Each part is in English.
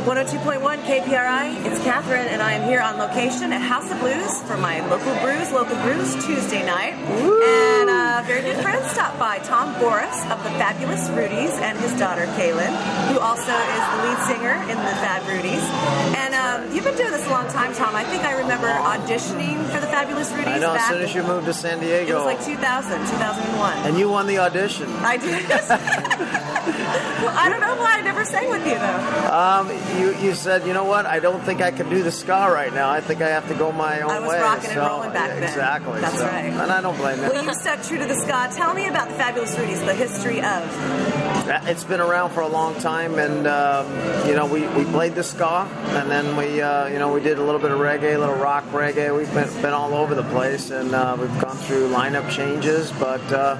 102.1 KPRI, it's Catherine, and I am here on location at House of Blues for my local brews, local brews Tuesday night. And uh, very good friends stopped by Tom Boris of the Fabulous Rudies and his daughter Kaylin, who also is the lead singer in the Fab Rudies. And um, you've been doing this a long time, Tom. I think I remember auditioning for the Fabulous Rudies I know. As back soon as you moved to San it was Diego, like 2000, 2001. and you won the audition. I did. well, I don't know why I never sang with you though. Um, you you said, you know what? I don't think I can do the ska right now. I think I have to go my own I was way. rocking and So, rolling back then. Exactly. That's so- right. And I don't blame you. Well, you stuck true to the ska. Tell me about the Fabulous Rudies, the history of. Uh, It's been around for a long time, and um, you know we, we played the ska, and then we uh, you know we did a little bit of reggae, a little rock reggae. We've been, been all over the place, and uh, we've gone through lineup changes, but uh,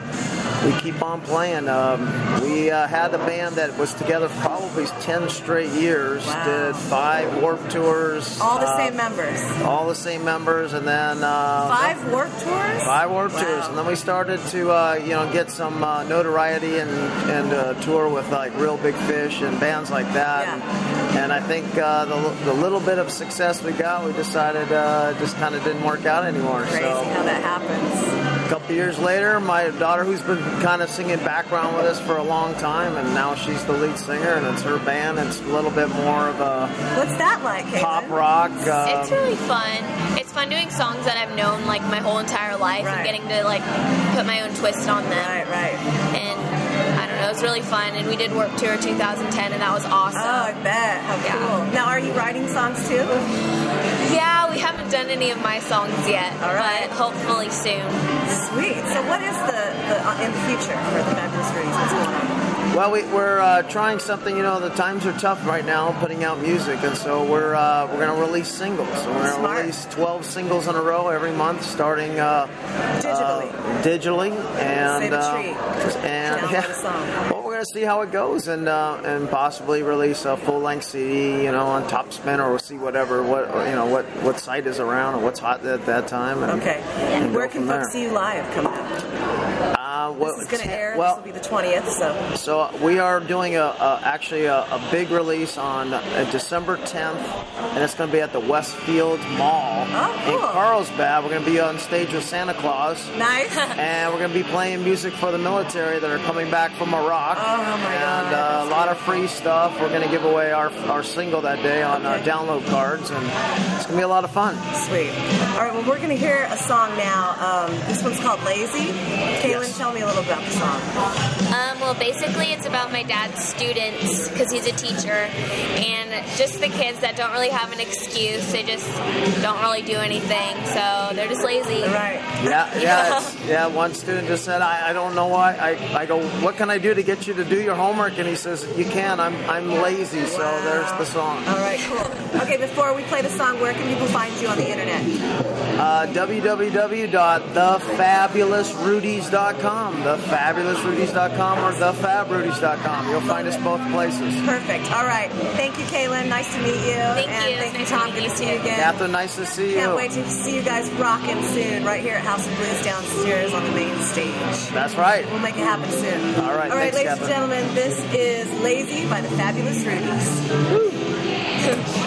we keep on playing. Um, we uh, had the band that was together probably ten straight years, Wow. did five warp tours, All the uh, same members. all the same members, and then uh, Five warp tours? I warped Wow. tours, and then we started to uh, you know get some uh, notoriety and and uh, tour with like Real Big Fish and bands like that. Yeah. And, and I think uh, the, the little bit of success we got, we decided uh, just kind of didn't work out anymore. Crazy So how that happens. a couple years later, my daughter, who's been kind of singing background with us for a long time, and now she's the lead singer, and it's her band. It's a little bit more of a What's that like, Caitlin? pop rock. Um, It's really fun. It's fun doing songs that I've known like my whole entire life Right. and getting to like put my own twist on them. Right, right. And I don't know, it was really fun. And we did Warp Tour 2010, and that was Oh, awesome. I bet. How Yeah. cool. Now, are you writing songs too? yeah, we haven't done any of my songs yet, All right. but hopefully soon. Sweet. So, what is the, the uh, in the future for the Fabulous Rudies? What's going on? Well, we, we're uh, trying something. You know, the times are tough right now, putting out music, and so we're uh, we're going to release singles. So we're going Smart. to release 12 singles in a row every month, starting uh, uh, Digitally. digitally, and Save a uh, tree. and Download a song. yeah. Well, we're going to see how it goes, and uh, and possibly release a full length CD. You know, on Topspin, or we'll see whatever what you know what what site is around or what's hot at that time. And, Okay. and go Where can from folks see there. you live coming up? Uh, well, This is going to it's- air. Well, this will be the 20th, so. So we are doing a, a actually a, a big release on uh, December 10th, and it's going to be at the Westfield Mall Oh, cool. in Carlsbad. We're going to be on stage with Santa Claus, Nice. and we're going to be playing music for the military that are coming back from Iraq. Oh, my and God. Uh, a lot of free stuff. We're going to give away our our single that day on our Okay. download cards, and it's going to be a lot of fun. Sweet. All right, well, we're going to hear a song now. Um, this one's called Lazy. Kaylin, Yes. tell me a little about the song. Um, well, basically, it's about my dad's students because he's a teacher, and just the kids that don't really have an excuse. They just don't really do anything, so they're just lazy. All right. Yeah, yeah, it's, yeah. One student just said, I, I don't know why. I, I go, what can I do to get you to do your homework? And he says, you can. I'm, I'm lazy. So Wow. there's the song. All right, cool. Okay, before we play the song, where can people find you on the internet? Uh, www.thefabulousrudies.com, thefabulousrudies.com or thefabrudies.com. You'll find us both places. Perfect. All right. Thank you, Kaylin. Nice to meet you. Thank and you. Thank you, Nice Tom. to Good meet to you see you too. again. Catherine, nice to see you. Can't wait to see you guys rocking soon right here at House of Blues downstairs on the main stage. That's right. We'll make it happen soon. All right, All right, thanks, ladies and Catherine. gentlemen, this is Lazy by the Fabulous Rudies.